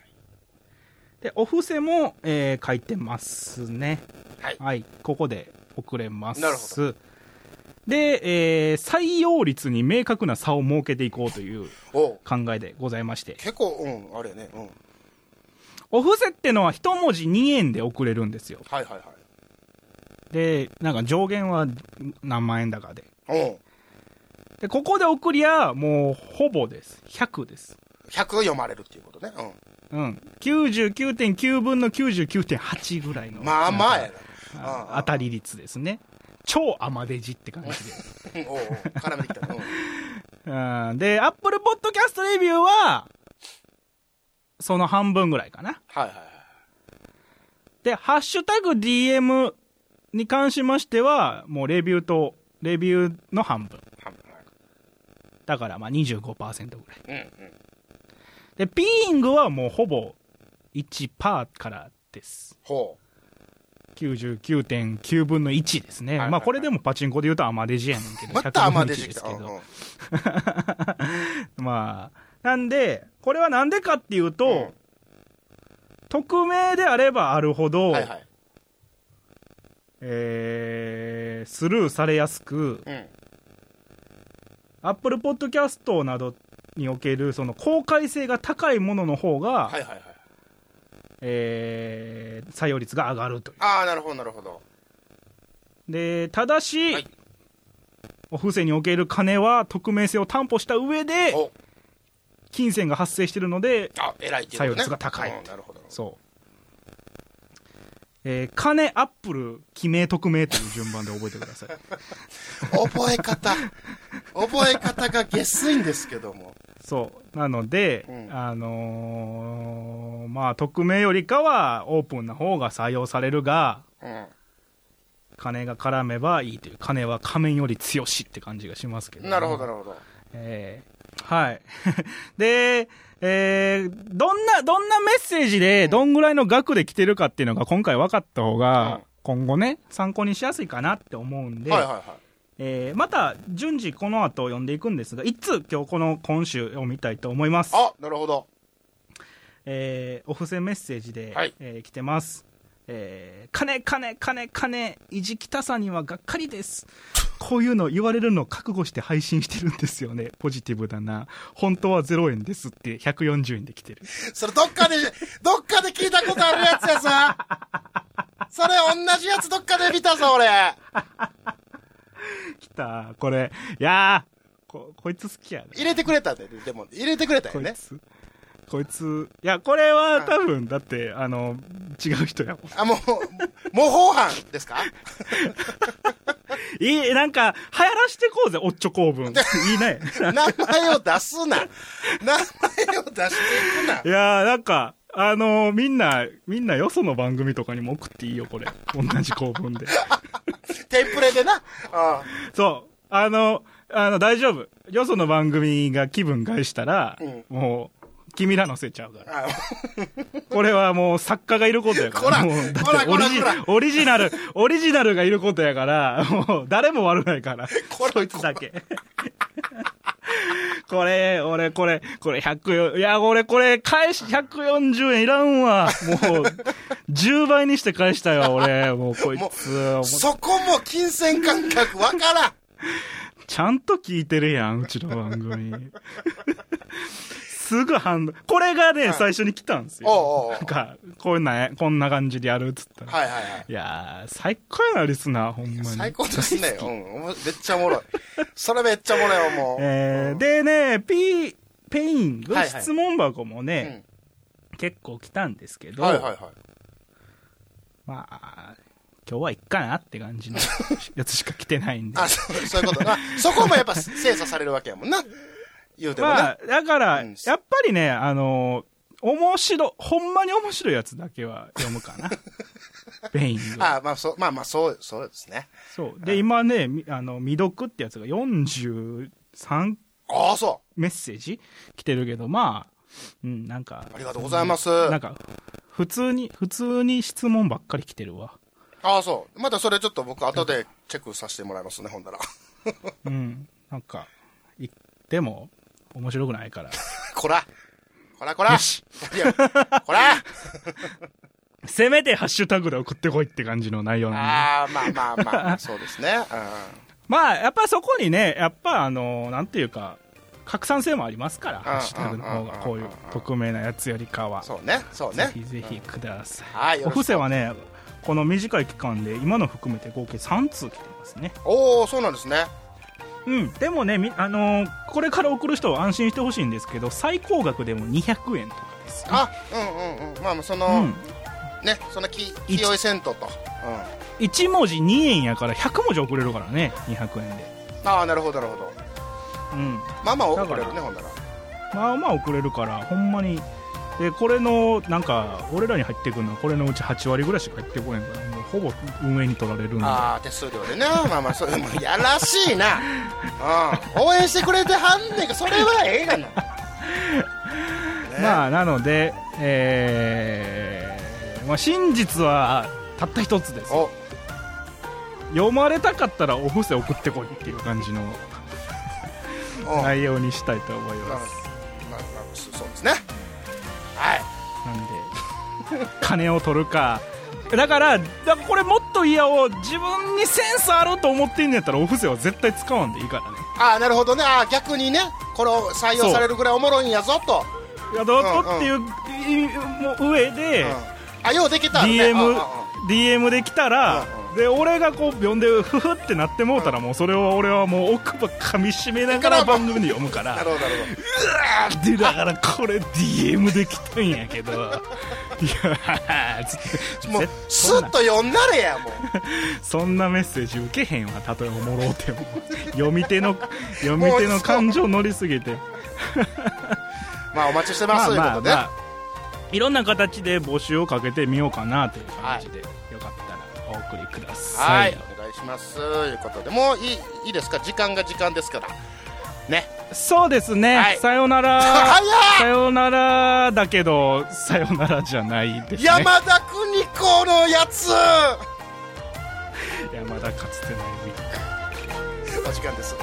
C: で、お布施も、えー書いてますね。
B: はい。はい。
C: はい、ここで送れます。
B: なるほ
C: ど。で、えー採用率に明確な差を設けていこうという
B: おう
C: 考えでございまして。
B: 結構、うん、あれやね。うん。
C: お布施ってのは一文字2円で送れるんですよ。
B: はいはい
C: で、なんか上限は何万円だかで。
B: はい。うん。
C: で、ここで送りゃ、もうほぼです。100です。
B: 100読まれるっていうことね。
C: うん。99.9分の99.8ぐらいの。
B: うん。まあまあや
C: なん
B: な。
C: か
B: うん
C: あ当たり率ですね。超甘デジって感じで。
B: うんおうおう絡めてきた。うん。
C: うんで、アップルポッドキャストレビューは、その半分ぐらいかな。
B: はいはいはい。
C: で、ハッシュタグ DM に関しましては、もうレビューと、レビューの半分。
B: はい
C: だからまあ25%ぐらい。
B: はいうんうん。
C: で、ピーイングはもうほぼ1%からです。
B: ほう。
C: 99.9分の1ですね。
B: はいはいはい
C: まあこれでもパチンコで言うとアマデジやねんけど、
B: また甘出
C: 100
B: て
C: で
B: き
C: す
B: た。
C: け
B: うん
C: ど
B: うん。。はい
C: まあ、なんで、これはなんでかっていうと、
B: うん
C: 匿名であればあるほど、
B: はい。
C: えースルーされやすく、
B: うん。
C: Apple Podcast などにおけるその公開性が高いものの方
B: は
C: が、
B: いはいはい。
C: えー採用率が上がるとい
B: ああ、なるほどなるほど。
C: う。で、ただし、
B: はい
C: お布施における金は匿名性を担保した上で、
B: お
C: 金銭が発生しているので、
B: あ、偉いっていうことね。
C: 作用率が高い
B: うんなるほど。
C: そう。えー金、アップル、記名、匿名という順番で覚えてく ださい。
B: 覚え方。覚え方が下水んですけども。
C: そう。なので、
B: うん
C: あのーまあ、匿名よりかはオープンな方が採用されるが、
B: うん。
C: 金が絡めばいいという、金は仮面より強しって感じがしますけど、
B: なるほど、なるほど。
C: えーはい。 で、えーどんな、どんなメッセージで、どんぐらいの額で来てるかっていうのが今回分かった方が、
B: うん
C: 今後ね、参考にしやすいかなって思うんで、
B: はいはいは
C: えーまた順次この後読んでいくんですが、一通今日この今週読みたいと思います。
B: い。あ、なるほど。
C: えーお布施メッセージで、
B: はい
C: えー来てます。えー、金金金金いじきたさにはがっかりですこういうの言われるの覚悟して配信してるんですよねポジティブだな本当は0円ですって140円で来てる
B: それどっかで、どっかで聞いたことあるやつやさ。それ同じやつどっかで見たぞ、俺。
C: 来たこれいやーここいつ好きやね
B: 入れてくれたで、でも、入れてくれたよ
C: こい
B: ね。
C: つこいついやこれは多分だってあの違う人やもん
B: あ、もう、模倣犯ですか
C: いい、なんか、流行らしてこうぜ、おっちょ公 文。いいね。。
B: 名前を出すな。名前を出していくない
C: やー、なんか、あのーみんな、みんなよその番組とかにも送っていいよ、これ。同じ公文 で。
B: テンプレでな。あ
C: そう。あの、あの、大丈夫。よその番組が気分害したら、
B: うん
C: もう、君らのせいちゃうから。
B: あ
C: これはもう作家がいることやか
B: こ
C: ら。
B: ら
C: もう、だ
B: こ
C: っ
B: ら
C: てオリ
B: こらこ
C: ジオリジナル、オリジナルがいることやから、もう誰も悪ないから。
B: こら
C: そいつだけ。 これ、俺、これ、これ100、いや、俺、これ、返し、140円いらんわ。もう、10倍にして返したよ、俺。もう、こいつ。もう
B: そこも金銭感覚わからん。
C: ちゃんと聞いてるやん、うちの番組。すぐ反応。これがね、最初に来たんですよ。
B: おうおうおう
C: なんか、こんな、こんな感じでやるっつったら。
B: はいはいはい。
C: いやー、最高やな、リスナー、ほんまに。
B: 最高ですね。うんおも。めっちゃおもろい。それめっちゃおもろいわ、もう。
C: えー、でね、ピペイング、
B: はいはい
C: 質問箱もね、結構来たんですけど、
B: はいはいはい。
C: まあ、今日はいっかなって 感じのやつしか来てないんで。
B: あ、そうそういうことな。そこもやっぱ精査されるわけやもんな。言うてもな。
C: まあ、だから、
B: うん
C: やっぱりね、あのー面白、ほんまに面白いやつだけは読むか な。ペイングは。
B: あ、まあ、そう、まあまあ、そう、そうですね。
C: そう。で、今ね、みあの、未読ってやつが43
B: ああ、そ
C: メッセージ来てるけど、まあ、うん、なんか
B: う。あ、りがとうございます。
C: なんか、普通に、普通に質問ばっかり来てるわ。
B: ああ、そう。またそれちょっと僕後でチェックさせてもらいますね、ほんだら。
C: うん。なんか、言っても面白くないから。
B: こらこらこらいやこら
C: せめてハッシュタグで送ってこいって感じの内容なんで。
B: ああ、まあまあまあ、そうですね。うん。
C: まあ、やっぱそこにね、やっぱあの、なんていうか、拡散性もありますから、ハッシュタグの方が、こういう匿名なやつよりかは。
B: そうね、そう
C: ぜ
B: ね
C: ひ。ぜひください。
B: はい、よ
C: お
B: ろ
C: 布
B: しく。
C: 施はね、この短い期間で、今の含めて合計3通来てますね。
B: おお、そうなんですね。
C: うん、でもね、みあのーこれから送る人は安心してほしいんですけど、最高額でも200円とかです、ね。
B: あ、うんうんうん。まあまあ、その、
C: うん、
B: ね、そんなき清い銭湯と。うん。
C: 1文字2円やから100文字送れるからね、200円で。
B: ああ、なるほど、なるほど。
C: うん、
B: まあまあ、
C: だ
B: 送
C: から
B: れるね、ほんだら。
C: まあまあ送れるから、ほんまに。で、これの、なんか、俺らに入ってくるのは、これのうち8割ぐらいしか入ってこへんから、もうほぼ運営に取られるんで。
B: ああ、手数料でね。まあまあ、それもうやらしいな。うん。応援してくれてはんねんか、それはええ がな。
C: まあ、なので、えー、まあ真実は、たった一つです。
B: お、
C: 読まれたかったら、お布施送ってこいっていう感じの
B: お。まあ、
C: 内容にしたいと思います。
B: まあ、そそうですね。はい。
C: なんで金を取るかだからだからこれもっと嫌を自分にセンスあると思ってんねやったらお布施は絶対使わんでいいからね
B: ああ、なるほどね。ああ、逆にね、これを採用されるぐらいおもろいんやぞと。
C: いやどうぞっていう意味も上で
B: うん、あ、ようできたね。うんうんうん
C: DM, DM で来たら
B: うんうん
C: で俺がこう呼んでフフってなってもうたらもうそれを俺はもう奥歯噛みしめながら番組で読むから
B: なるほど、なる
C: でだからこれ DM で来たん やけどいや
B: ほど。もう
C: 絶、
B: スッと呼んだれや、もう。
C: そんなメッセージ受けへんわたとえおもろうても読み 手の読み手の感情乗りすぎて
B: まあ、お待ちして ます、ということで。
C: あいろんな形で募集をかけてみようかなという感じで、よかったらお送りくだ
B: は
C: さい
B: い、お願いします。ということで、もういい、いいですか時間が時間ですから。ね。
C: そうですね、
B: はい
C: さよな ら
B: 早
C: さよならだけどさよならじゃないで
B: い
C: すね
B: 山田邦子のやつ
C: 山田かつてない
B: お時間です。